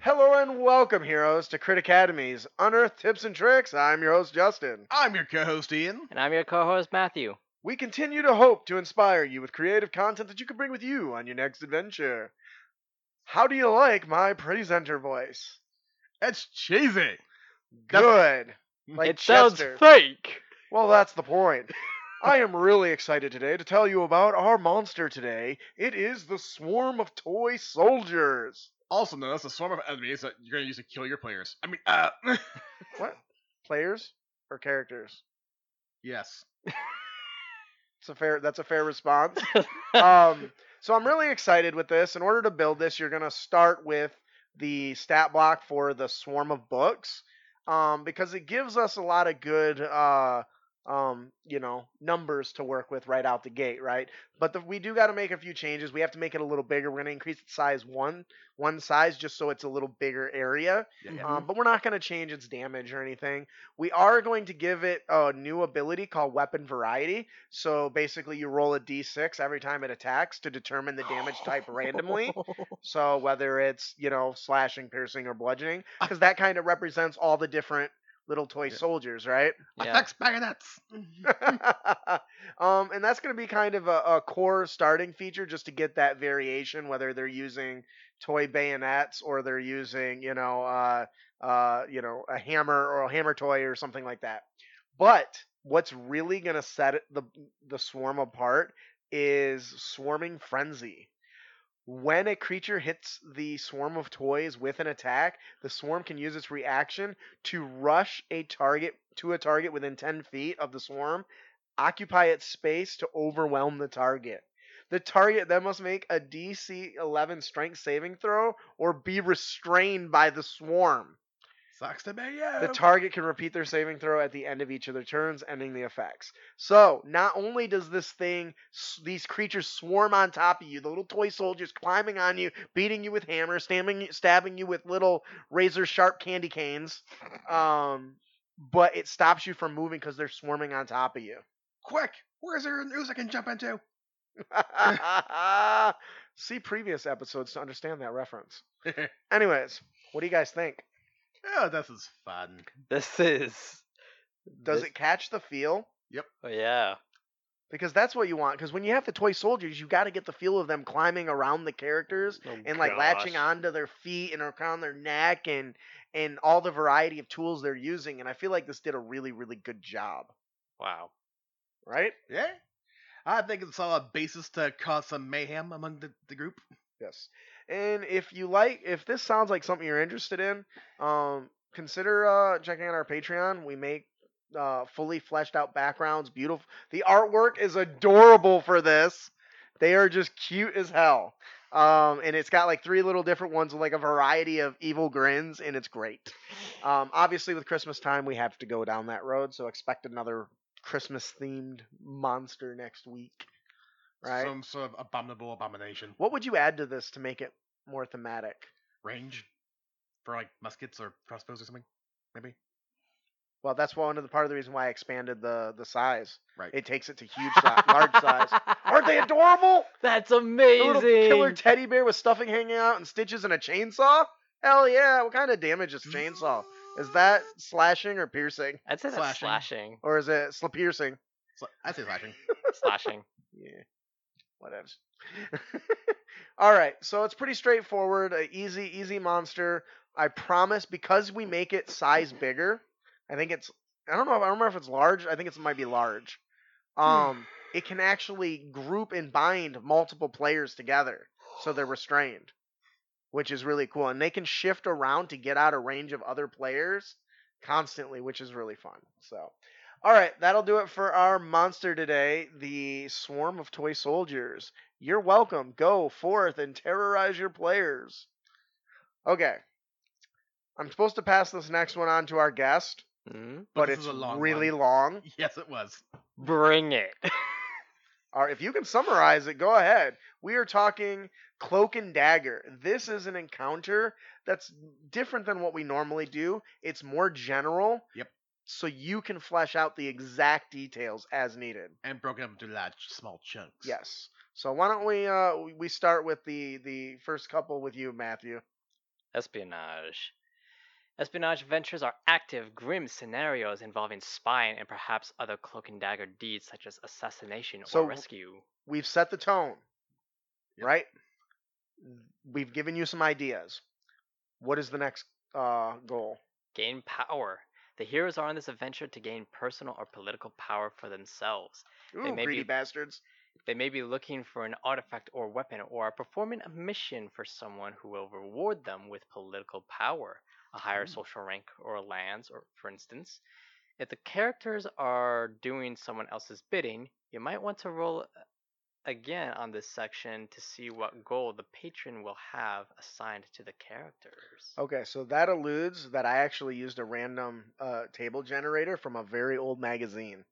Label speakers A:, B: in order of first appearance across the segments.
A: Hello and welcome, heroes, to Crit Academy's Unearthed Tips and Tricks. I'm your host, Justin.
B: I'm your co-host Ian.
C: And I'm your co-host Matthew.
A: We continue to hope to inspire you with creative content that you can bring with you on your next adventure. How do you like my presenter voice?
B: That's cheesy.
A: Good. Like
C: it
A: Chester.
C: sounds fake.
A: Well, that's the point. I am really excited today to tell you about our monster today. It is the Swarm of Toy Soldiers.
B: Also known as the swarm of enemies that you're gonna use to kill your players. I mean, uh,
A: What? Players or characters?
B: yes.
A: It's a fair that's a fair response. um, so I'm really excited with this. In order to build this, you're going to start with the stat block for the swarm of books um, because it gives us a lot of good, uh, um, you know, numbers to work with right out the gate, right? But the, we do got to make a few changes. We have to make it a little bigger. We're going to increase its size one, one size, just so it's a little bigger area.
B: Yeah, yeah.
A: Um, but we're not going to change its damage or anything. We are going to give it a new ability called Weapon Variety. So basically, you roll a d6 every time it attacks to determine the damage type randomly. So whether it's, you know, slashing, piercing, or bludgeoning, because that kind of represents all the different little toy
B: Yeah.
A: soldiers, right?
C: yeah.
B: Attacks bayonets.
A: um, and that's going to be kind of a, a core starting feature just to get that variation, whether they're using toy bayonets or they're using, you know, uh, uh, you know, a hammer or a hammer toy or something like that. But what's really going to set it- the the swarm apart is swarming frenzy. When a creature hits the swarm of toys with an attack, the swarm can use its reaction to rush a target to a target within 10 feet of the swarm, occupy its space to overwhelm the target. The target then must make a DC 11 strength saving throw or be restrained by the swarm.
B: Sucks to be you.
A: The target can repeat their saving throw at the end of each of their turns, ending the effects. So, not only does this thing, s- these creatures swarm on top of you, the little toy soldiers climbing on you, beating you with hammers, stabbing, stabbing you with little razor sharp candy canes, um, but it stops you from moving because they're swarming on top of you.
B: Quick, where's there an ooze I can jump into?
A: See previous episodes to understand that reference. Anyways, what do you guys think?
B: oh, this is fun.
C: This is.
A: Does
C: this-
A: it catch the feel?
C: Oh, yeah.
A: because that's what you want. Because when you have the toy soldiers, you got to get the feel of them climbing around the characters
C: Oh,
A: and like latching
C: gosh.
A: onto their feet and around their neck and and all the variety of tools they're using. And I feel like this did a really really good job,
C: Wow.
A: right?
B: Yeah. I think it's all a basis to cause some mayhem among the, the group.
A: Yes. And if you like, if this sounds like something you're interested in, um, consider uh, checking out our Patreon. We make uh, fully fleshed out backgrounds, beautiful. The artwork is adorable for this. They are just cute as hell. Um, and it's got like three little different ones with like a variety of evil grins, and it's great. Um, obviously, with Christmas time, we have to go down that road, so expect another Christmas themed monster next week. Right?
B: Some sort of abominable abomination.
A: What would you add to this to make it more thematic?
B: Range for like muskets or crossbows or something. Maybe.
A: Well, that's one of the part of the reason why I expanded the the size.
B: Right.
A: It takes it to huge size, large size. Aren't they adorable?
C: That's
A: A
C: amazing.
A: little killer teddy bear with stuffing hanging out and stitches and a chainsaw? Hell yeah! What kind of damage is chainsaw? Is that slashing or piercing,
C: I'd say that's slashing.
A: or is it sl- piercing?
B: Sla- I say slashing.
C: slashing.
A: Yeah. Whatevs. All right, so it's pretty straightforward, a easy, easy monster. I promise, because we make it size bigger. I think it's I don't know. If, I don't remember if it's large. I think it's, it might be large. Um, it can actually group and bind multiple players together, so they're restrained, which is really cool. And they can shift around to get out of range of other players constantly, which is really fun. So, all right, that'll do it for our monster today. The swarm of toy soldiers. You're welcome. Go forth and terrorize your players. Okay. I'm supposed to pass this next one on to our guest
C: Mhm.
A: but
B: Oh, this
A: it's
B: is a long
A: really
B: one.
A: long.
B: Yes, it was.
C: Bring it.
A: Or if you can summarize it, go ahead. We are talking Cloak and Dagger. This is an encounter that's different than what we normally do. It's more general.
B: Yep.
A: So you can flesh out the exact details as needed.
B: And broken up into large, small chunks.
A: Yes. So why don't we uh we- we start with the the first couple with you, Matthew.
C: Espionage. Espionage adventures are active, grim scenarios involving spying and perhaps other cloak and dagger deeds such as assassination
A: So-
C: or rescue.
A: We've set the tone.
B: Yep.
A: Right? We've given you some ideas. What is the next uh goal?
C: Gain power. The heroes are on this adventure to gain personal or political power for themselves.
A: Ooh,
C: may be-
A: greedy bastards.
C: They may be looking for an artifact or weapon or are performing a mission for someone who will reward them with political power, a higher social rank or lands, or for instance. If the characters are doing someone else's bidding, you might want to roll uh, again on this section to see what goal the patron will have assigned to the characters.
A: Okay, so that alludes that I actually used a random uh, table generator from a very old magazine,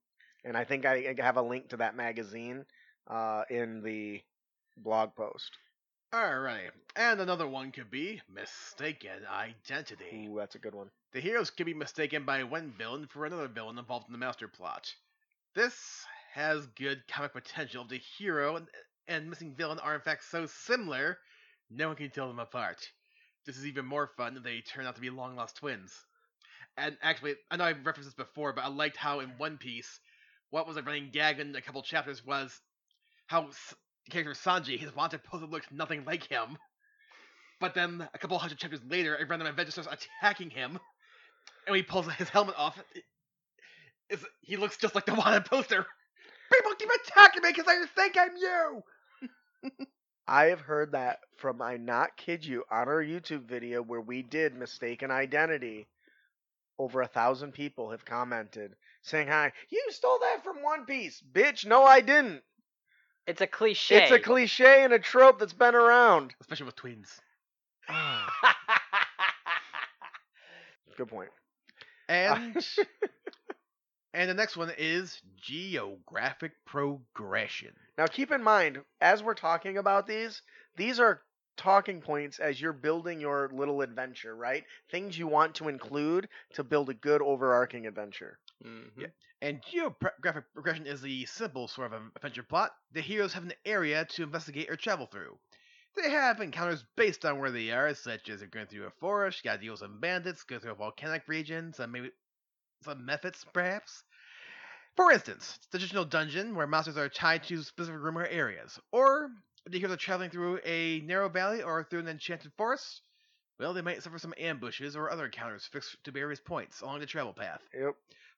A: and I think I I have a link to that magazine uh, in the blog post.
B: Alrighty. And another one could be mistaken identity.
A: Ooh, that's a good one.
B: The heroes can be mistaken by one villain for another villain involved in the master plot. This has good comic potential. The hero and, and missing villain are in fact so similar, no one can tell them apart. This is even more fun if they turn out to be long lost twins. And actually, I know I've referenced this before, but I liked how in One Piece, what was a running gag in a couple chapters was how S- the character Sanji, his wanted pose looks nothing like him. But then a couple hundred chapters later, a random Avenger starts attacking him and he pulls his helmet off. It- It's, he looks just like the wanted poster. People keep attacking me because I think I'm you.
A: I have heard that from I not kid you on our YouTube video where we did mistaken identity. Over a thousand people have commented saying hi. You stole that from One Piece, bitch. No, I didn't.
C: It's a cliche.
A: It's a cliche and a trope that's been around.
B: Especially with twins.
A: Good point.
B: And and the next one is geographic progression.
A: Now, keep in mind, as we're talking about these, these are talking points as you're building your little adventure, right? Things you want to include to build a good overarching adventure.
C: Mhm.
B: And geographic progression is the simple sort of adventure plot. The heroes have an area to investigate or travel through. They have encounters based on where they are, such as they're going through a forest, you gotta deal with some bandits, go through a volcanic region, some maybe some methods, perhaps. For instance, the traditional dungeon where monsters are tied to specific room or areas, or if the heroes are traveling through a narrow valley or through an enchanted forest, well, they might suffer some ambushes or other encounters fixed to various points along the travel path.
A: Yep.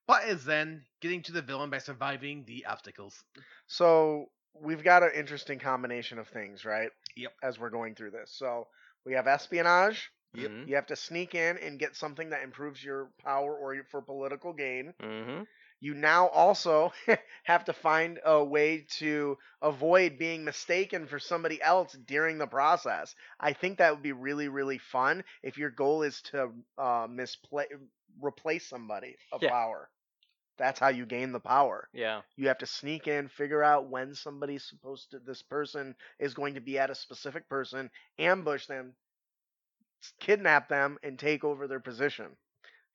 B: But is then getting to the villain by surviving the obstacles.
A: So we've got an interesting combination of things, right?
B: Yep.
A: As we're going through this. So we have espionage.
B: Yep.
C: Mhm.
A: You have to sneak in and get something that improves your power or your, for political gain.
C: Mhm.
A: you now also have to find a way to avoid being mistaken for somebody else during the process. I think that would be really, really fun if your goal is to uh, misplace, replace somebody of
C: Yeah.
A: power. That's how you gain the power.
C: Yeah.
A: You have to sneak in, figure out when somebody's supposed to, this person is going to be at a specific person, ambush them, s- kidnap them, and take over their position.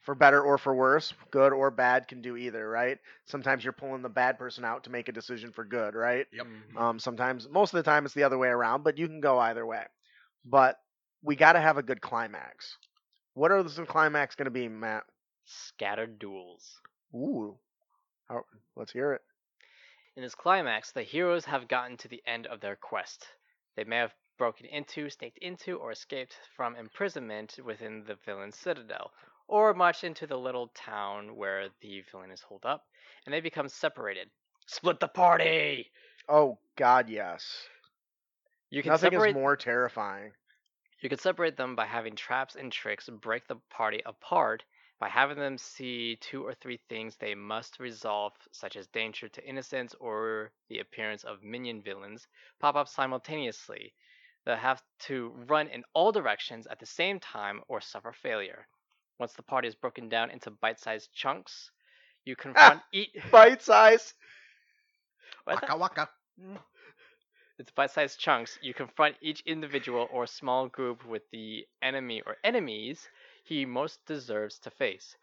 A: For better or for worse, good or bad can do either, right? Sometimes you're pulling the bad person out to make a decision for good, right?
B: Yep.
C: Mhm.
A: Um, sometimes, most of the time, it's the other way around, but you can go either way. But we got to have a good climax. What are the climax going to be, Matt?
C: Scattered duels.
A: Ooh, How, let's hear it.
C: In this climax, the heroes have gotten to the end of their quest. They may have broken into, sneaked into, or escaped from imprisonment within the villain's citadel, or march into the little town where the villain is holed up, and they become separated. Split the party!
A: Oh God, yes.
C: You can
A: Nothing
C: separate
A: is more terrifying.
C: You could separate them by having traps and tricks break the party apart by having them see two or three things they must resolve, such as danger to innocence or the appearance of minion villains, pop up simultaneously. They'll have to run in all directions at the same time or suffer failure. Once the party is broken down into bite sized chunks, you confront each.
A: Bite size.
C: What the-
B: Waka waka.
C: It's bite-sized chunks. You confront each individual or small group with the enemy or enemies he most deserves to face.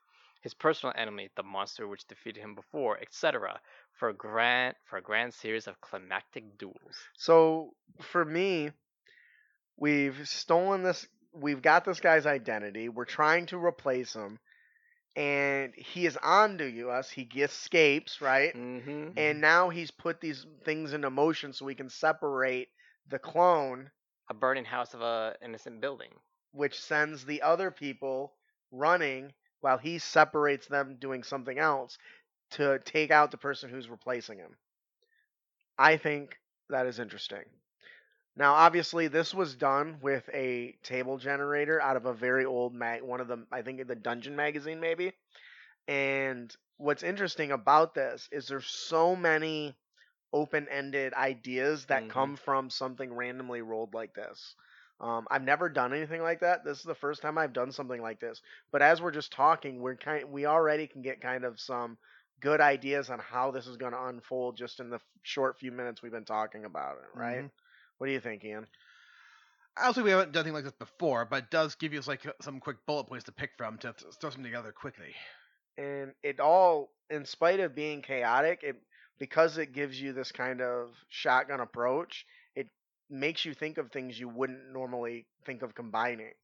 C: His personal enemy, the monster which defeated him before, etc. For a grand for a grand series of climactic duels.
A: So for me, we've stolen this. We've got this guy's identity. We're trying to replace him, and he is on to us. He escapes, right?
C: hmm
A: And now he's put these things into motion so we can separate the clone,
C: A burning house of a innocent building.
A: which sends the other people running while he separates them doing something else to take out the person who's replacing him. I think that is interesting. Now, obviously, this was done with a table generator out of a very old mag, one of the, I think, the Dungeon magazine, maybe. And what's interesting about this is there's so many open-ended ideas that
C: Mhm.
A: come from something randomly rolled like this. Um, I've never done anything like that. This is the first time I've done something like this. But as we're just talking, we're kind, we already can get kind of some good ideas on how this is going to unfold just in the f- short few minutes we've been talking about it, right?
B: Mhm.
A: What do you think, Ian?
B: I don't think we haven't done anything like this before, but it does give you like some quick bullet points to pick from to th- throw something together quickly.
A: And it all, in spite of being chaotic, it because it gives you this kind of shotgun approach, it makes you think of things you wouldn't normally think of combining.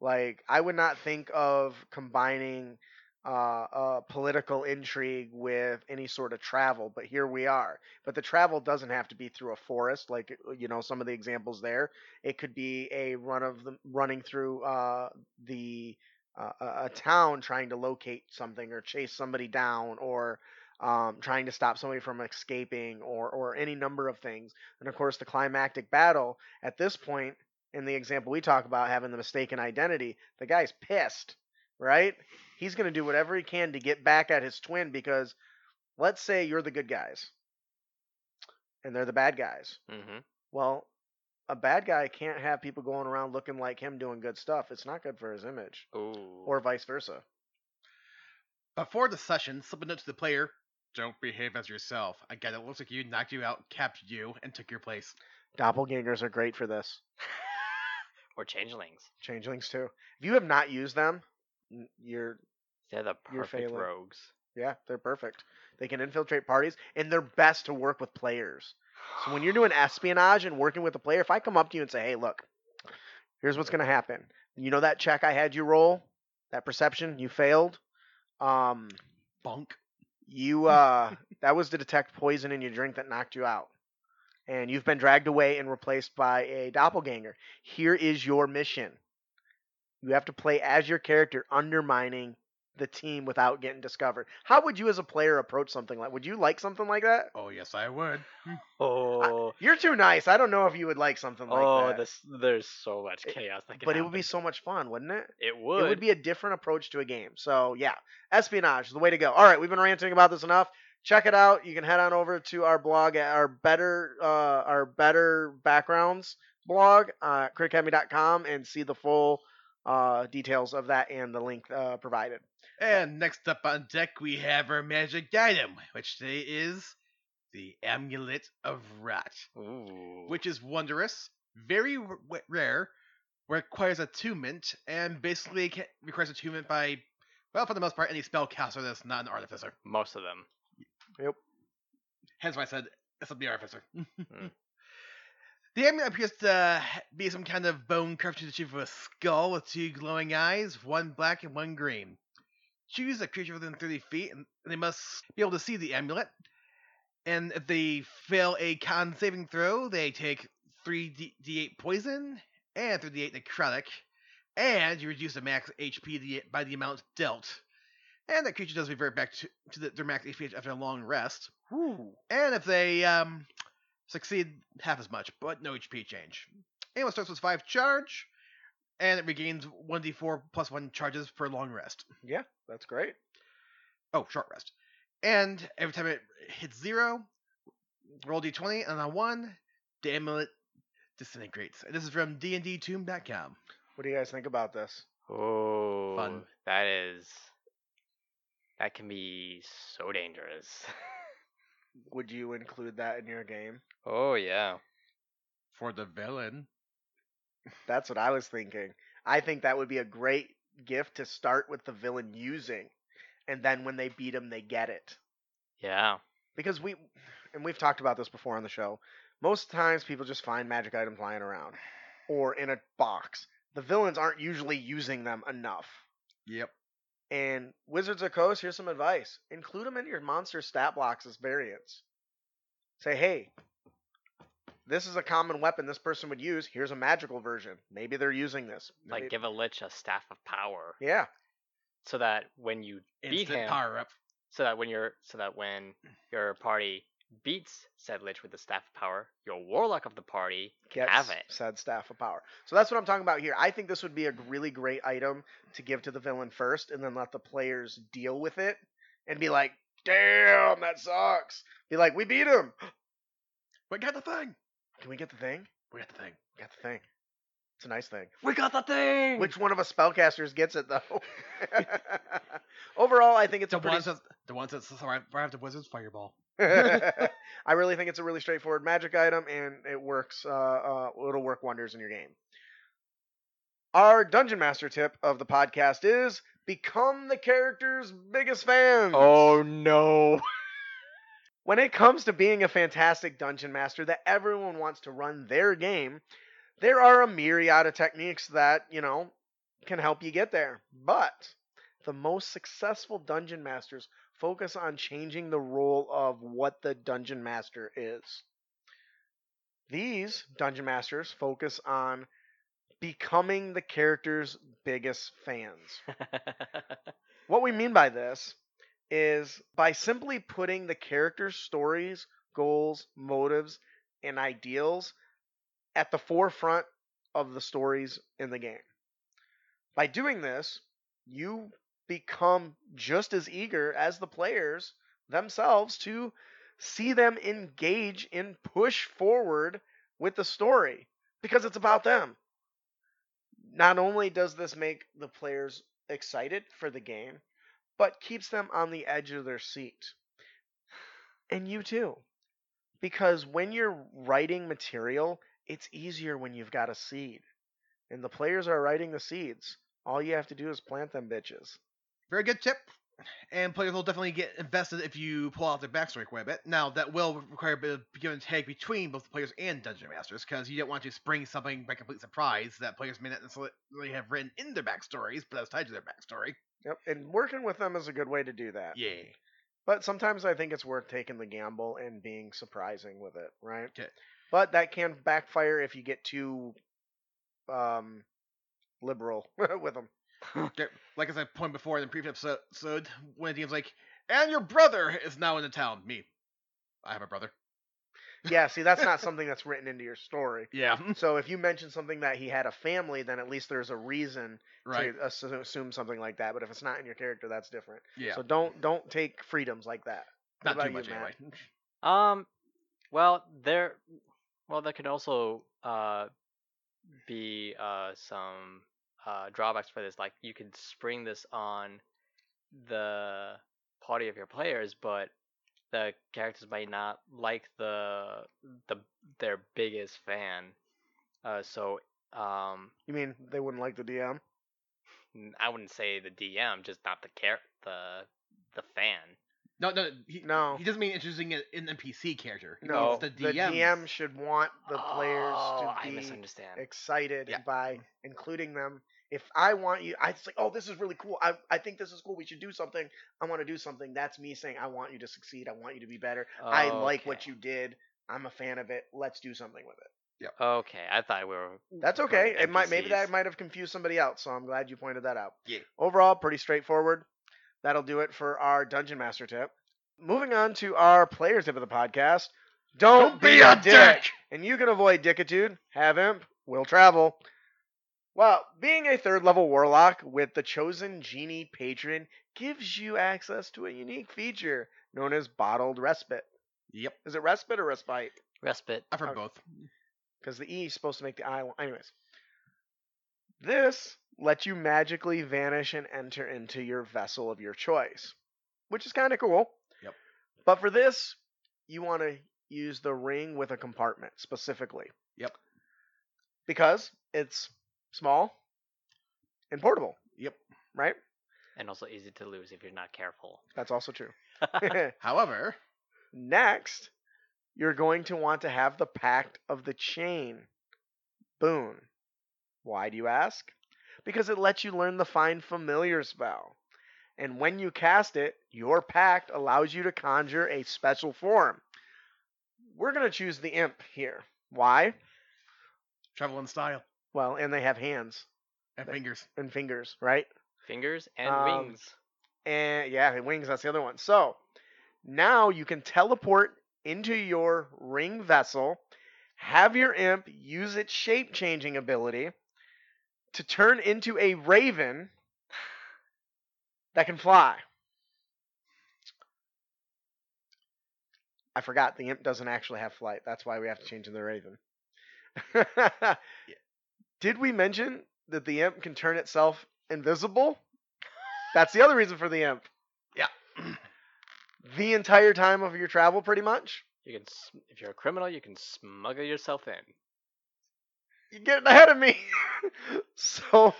A: Like I would not think of combining uh, uh, political intrigue with any sort of travel, but here we are. But the travel doesn't have to be through a forest, like uh, you know some of the examples there. It could be a run of the, running through uh, the uh, a a town trying to locate something or chase somebody down or um, trying to stop somebody from escaping or or any number of things. And of course, the climactic battle at this point in the example we talk about having the mistaken identity, the guy's pissed, right? He's going to do whatever he can to get back at his twin because let's say you're the good guys and they're the bad guys.
C: hmm
A: Well, a bad guy can't have people going around looking like him doing good stuff. It's not good for his image
C: Ooh.
A: or vice versa.
B: Before the session, slip a note to the player. Don't behave as yourself. Again, it looks like you knocked you out, captured you, and took your place.
A: Doppelgangers are great for this.
C: or changelings.
A: Changelings too. If you have not used them, n- you're
C: They're the
A: You're
C: perfect
A: failing.
C: rogues.
A: yeah, they're perfect. They can infiltrate parties and they're best to work with players. So when you're doing espionage and working with a player, if I come up to you and say, "Hey, look, here's what's going to happen. You know that check I had you roll, that perception you failed. Um,
B: Bunk.
A: you uh, that was to detect poison in your drink that knocked you out, and you've been dragged away and replaced by a doppelganger. Here is your mission. You have to play as your character, undermining the team without getting discovered. How would you, as a player, approach something like? Would you like something like that?
B: Oh yes, I would.
C: Oh,
A: You're too nice. I don't know if you would like something like
C: oh,
A: that.
C: this, there's so much
A: It-
C: chaos that can
A: but it would be
C: happen.
A: so much fun, wouldn't it?
C: It would.
A: It would be a different approach to a game. So yeah, espionage is the way to go. All right, we've been ranting about this enough. Check it out. You can head on over to our blog at our better uh, our better backgrounds blog, uh, crickacademy.com, and see the full uh, details of that and the link uh, provided.
B: And next up on deck, we have our magic item, which today is the Amulet of Rot,
C: Ooh.
B: which is wondrous, very w- w- rare, requires attunement, and basically ca requires attunement by, well, for the most part, any spellcaster that's not an artificer.
C: most of them.
B: Hence why I said it's the artificer.
C: Mm.
B: the amulet appears to uh, be some kind of bone carved shape of a skull with two glowing eyes, one black and one green. Choose a creature within 30 feet, and they must be able to see the amulet. And if they fail a con saving throw, they take 3d8 poison and 3d8 necrotic. and you reduce the max HP the, by the amount dealt. And that creature does revert back to, to the, their max HP after a long rest. And if they um, succeed, half as much, but no HP change. Anyone starts with 5 charge, and it regains 1d4 plus 1 charges per long rest.
A: Yeah, that's great.
B: Oh, short rest. And every time it hits 0, roll d20, and on 1, the amulet disintegrates. And this is from dndtomb.com.
A: What do you guys think about this?
C: Oh,
B: Fun.
C: that is that can be so dangerous.
A: Would you include that in your game?
C: oh yeah.
B: For the villain.
A: That's what I was thinking. I think that would be a great gift to start with the villain using, and then when they beat him, they get it.
C: Yeah.
A: Because we, and we've talked about this before on the show, most times people just find magic items lying around or in a box. The villains aren't usually using them enough.
B: Yep.
A: And Wizards of Coast, here's some advice include them in your monster stat blocks as variants. Say, hey, this is a common weapon this person would use. Here's a magical version. Maybe they're using this.
C: Like
A: Maybe-
C: give a lich a staff of power.
A: Yeah.
C: So that when you beat
B: Instant
C: him
B: power up.
C: so that when your so that when your party beats said lich with the staff of power, your warlock of the party can
A: Gets
C: have it.
A: Said staff of power. So that's what I'm talking about here. I think this would be a really great item to give to the villain first, and then let the players deal with it and be like, "Damn, that sucks." Be like, "We beat him.
B: We got the thing!
A: Can we get the thing?
B: We got the thing.
A: We got the thing. It's a nice thing."
C: We got the thing.
A: Which one of us spellcasters gets it though? Overall, I think it's
B: the,
A: a pretty.
B: ones that, the ones that survived the wizard's fireball.
A: I really think it's a really straightforward magic item, and it works. Uh, uh, it'll work wonders in your game. Our dungeon master tip of the podcast is become the character's biggest fan.
B: Oh,
C: no.
A: When it comes to being a fantastic dungeon master that everyone wants to run their game, there are a myriad of techniques that, you know, can help you get there. But the most successful dungeon masters focus on changing the role of what the dungeon master is. These dungeon masters focus on becoming the character's biggest fans. What we mean by this is by simply putting the character's stories, goals, motives, and ideals at the forefront of the stories in the game. By doing this, you become just as eager as the players themselves to see them engage and push forward with the story because it's about them. Not only does this make the players excited for the game, but keeps them on the edge of their seat. And you too. Because when you're writing material, it's easier when you've got a seed. And the players are writing the seeds. All you have to do is plant them bitches.
B: Very good tip. And players will definitely get invested if you pull out their backstory quite a bit. Now, that will require a bit of give and take between both the players and Dungeon Masters, because you don't want to spring something by complete surprise that players may not necessarily have written in their backstories, but that's tied to their backstory.
A: Yep. And working with them is a good way to do that.
B: Yay.
A: But sometimes I think it's worth taking the gamble and being surprising with it, right?
B: Okay.
A: But that can backfire if you get too um liberal with them.
B: There- Like as I pointed before in the previous episode- episode, when the team's like, and your brother is now in the town. Me. I have a brother.
A: Yeah, see that's not something that's written into your story.
B: Yeah.
A: So if you mention something that he had a family, then at least there's a reason
B: Right.
A: to assu- assume something like that. But if it's not in your character, that's different.
B: Yeah.
A: So don't don't take freedoms like that.
B: not
A: about
B: too
A: you,
B: much
A: Matt?
B: anyway.
C: Um, well, there, well, there can also uh be uh some uh drawbacks for this. Like you could spring this on the party of your players, but the characters might not like the the their biggest fan. Uh, so um,
A: You mean they wouldn't like the DM?
C: n- I wouldn't say the DM, just not the char- the the fan.
B: No, no, he,
A: No.
B: He doesn't mean introducing an, an NPC character. He
A: No,
B: means the DM.
A: DM should want the players
C: Oh,
A: to
C: I
A: be
C: misunderstand.
A: excited
B: Yeah.
A: by including them. If I want you, I say, oh, this is really cool. I, I think this is cool. We should do something. I want to do something. That's me saying, I want you to succeed. I want you to be better. I like
C: Okay.
A: what you did. I'm a fan of it. Let's do something with it.
B: Yep.
C: Okay, I thought we were.
A: That's
C: Kind of
A: okay. It might maybe that
C: NPCs.
A: might have confused somebody else, so I'm glad you pointed that out.
B: Yeah.
A: Overall, pretty straightforward. That'll do it for our dungeon master tip. Moving on to our players tip of the podcast. Don't, be, a dick. And you can avoid dickitude, have imp, will travel. Well, being a third level warlock with the chosen genie patron gives you access to a unique feature known as bottled respite.
B: Yep.
A: Is it respite or respite?
C: Respite.
B: I've heard
A: Okay.
B: both.
A: because the E is supposed to make the I. Anyways, this lets you magically vanish and enter into your vessel of your choice, which is kind of cool.
B: Yep.
A: But for this, you want to use the ring with a compartment specifically.
B: Yep.
A: Because it's small and portable,
B: Yep.
A: right?
C: And also easy to lose if you're not careful.
A: That's also true.
B: However,
A: Next, you're going to want to have the Pact of the Chain boon. Why do you ask? Because it lets you learn the Find Familiar spell. And when you cast it, your pact allows you to conjure a special form. We're going to choose the imp here. Why?
B: travel in style
A: Well, and they have hands
B: and
A: They-
B: fingers.
A: and fingers, right?
C: Fingers and
A: Um,
C: wings.
A: And yeah, the wings, that's the other one. So now you can teleport into your ring vessel, have your imp use its shape changing ability to turn into a raven that can fly. I forgot the imp doesn't actually have flight. That's why we have to change into the raven. Did we mention that the imp can turn itself invisible? That's the other reason for the imp.
B: Yeah.
A: the entire time of your travel, pretty much.
C: You can, s- if you're a criminal, you can smuggle yourself in.
A: You're getting ahead of me. so,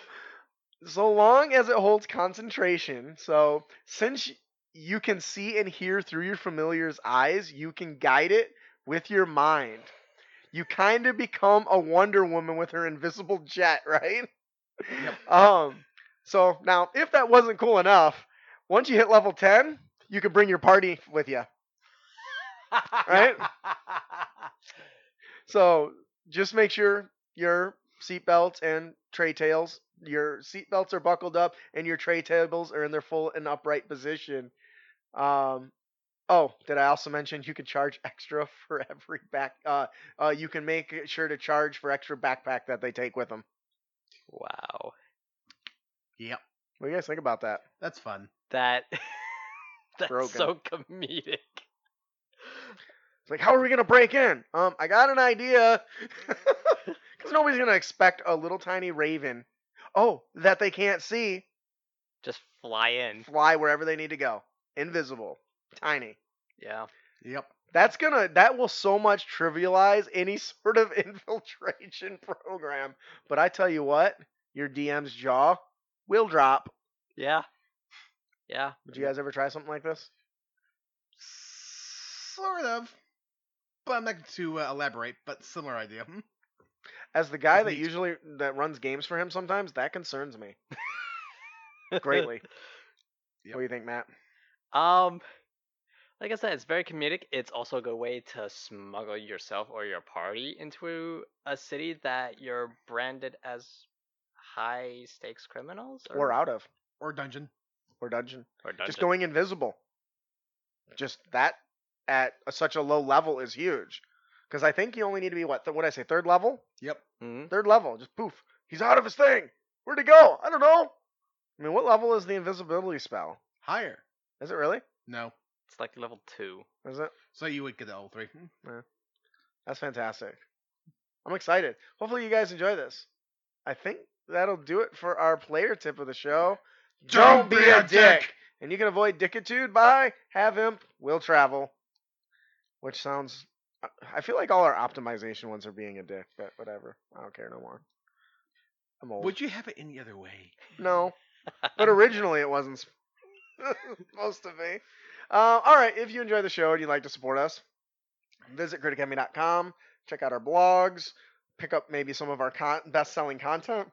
A: so long as it holds concentration. So, since y- you can see and hear through your familiar's eyes, you can guide it with your mind. You kind of become a Wonder Woman with her invisible jet, right?
B: Yep.
A: Um. So now, if that wasn't cool enough, once you hit level ten, you can bring your party with you. Right? So just make sure your seatbelts and tray tails, your seatbelts are buckled up, and your tray tables are in their full and upright position. Um, oh, did I also mention you can charge extra for every back? Uh, uh, you can make sure to charge for extra backpack that they take with them.
C: Wow.
B: Yep.
A: What do you guys think about that?
B: That's fun.
C: That. that's
A: Broken.
C: so comedic.
A: It's like, how are we gonna break in? Um, I got an idea. Because nobody's gonna expect a little tiny raven. Oh, that they can't see.
C: Just fly in.
A: fly wherever they need to go. Invisible, tiny.
C: Yeah.
B: Yep.
A: That's gonna that will so much trivialize any sort of infiltration program. But I tell you what, your DM's jaw will drop.
C: Yeah. Yeah.
A: Would you guys ever try something like this?
B: Sort of. But I'm not going to uh, elaborate, but similar idea. Hmm.
A: As the guy that
B: Neat.
A: usually that runs games for him sometimes, that concerns me greatly.
B: Yep.
A: What do you think, Matt?
C: Um, like I said, it's very comedic. It's also a good way to smuggle yourself or your party into a city that you're branded as high stakes criminals
A: Or out of.
B: Or dungeon.
A: Or dungeon.
C: or
A: Just
C: dungeon.
A: going invisible. Just that at a, such a low level is huge. Because I think you only need to be what? Th- what I say? Third level?
B: Yep.
C: Mhm.
A: Third level, just poof. He's out of his thing. Where'd he go? I don't know. I mean, what level is the invisibility spell?
B: Higher.
A: Is it really?
B: No.
C: It's like level two.
A: Is it?
B: So you would get the L3. Hmm.
A: That's fantastic. I'm excited. Hopefully, you guys enjoy this. I think that'll do it for our player tip of the show. Don't be a dick. And you can avoid dickitude by have imp will travel, which sounds. I- I feel like all our optimization ones are being a dick, but whatever. I don't care no more. I'm old.
B: Would you have it any other way?
A: No. But originally it wasn't sp- supposed to be. Uh, all right, if you enjoy the show and you'd like to support us, visit criticacademy.com, check out our blogs, pick up maybe some of our con- best-selling content.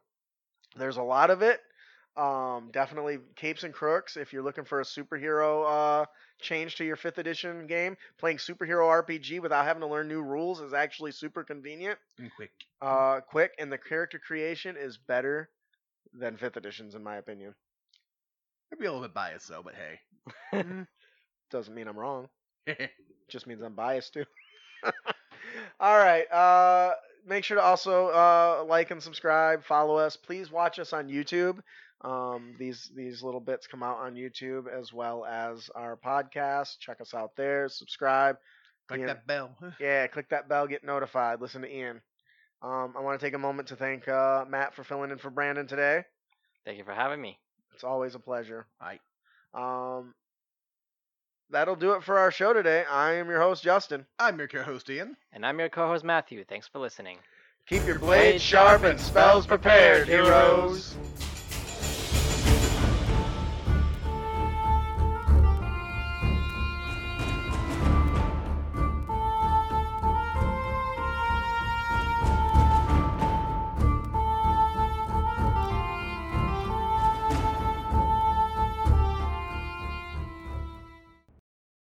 A: There's a lot of it. Um, definitely Capes and Crooks if you're looking for a superhero uh, change to your fifth edition game. Playing superhero RPG without having to learn new rules is actually super convenient,
B: And quick.
A: uh, quick, and the character creation is better than fifth editions in my opinion.
B: Maybe a little bit biased though, but hey. Hmm?
A: Doesn't mean I'm wrong. just means I'm biased too. All right. Uh, make sure to also uh, like and subscribe, follow us. Please watch us on YouTube. Um, these these little bits come out on YouTube as well as our podcast. Check us out there. Subscribe.
B: Click
A: Yeah.
B: that bell.
A: Yeah, click that bell. Get notified. Listen to Ian. Um, I want to take a moment to thank uh, Matt for filling in for Brandon today.
C: Thank you for having me.
A: It's always a pleasure.
B: Aye.
A: Um, that'll do it for our show today. I am your host, Justin.
B: I'm your co-host Ian.
C: And I'm your co host, Matthew. Thanks for listening.
A: Keep your
C: blade
A: blades sharp and spells prepared, heroes.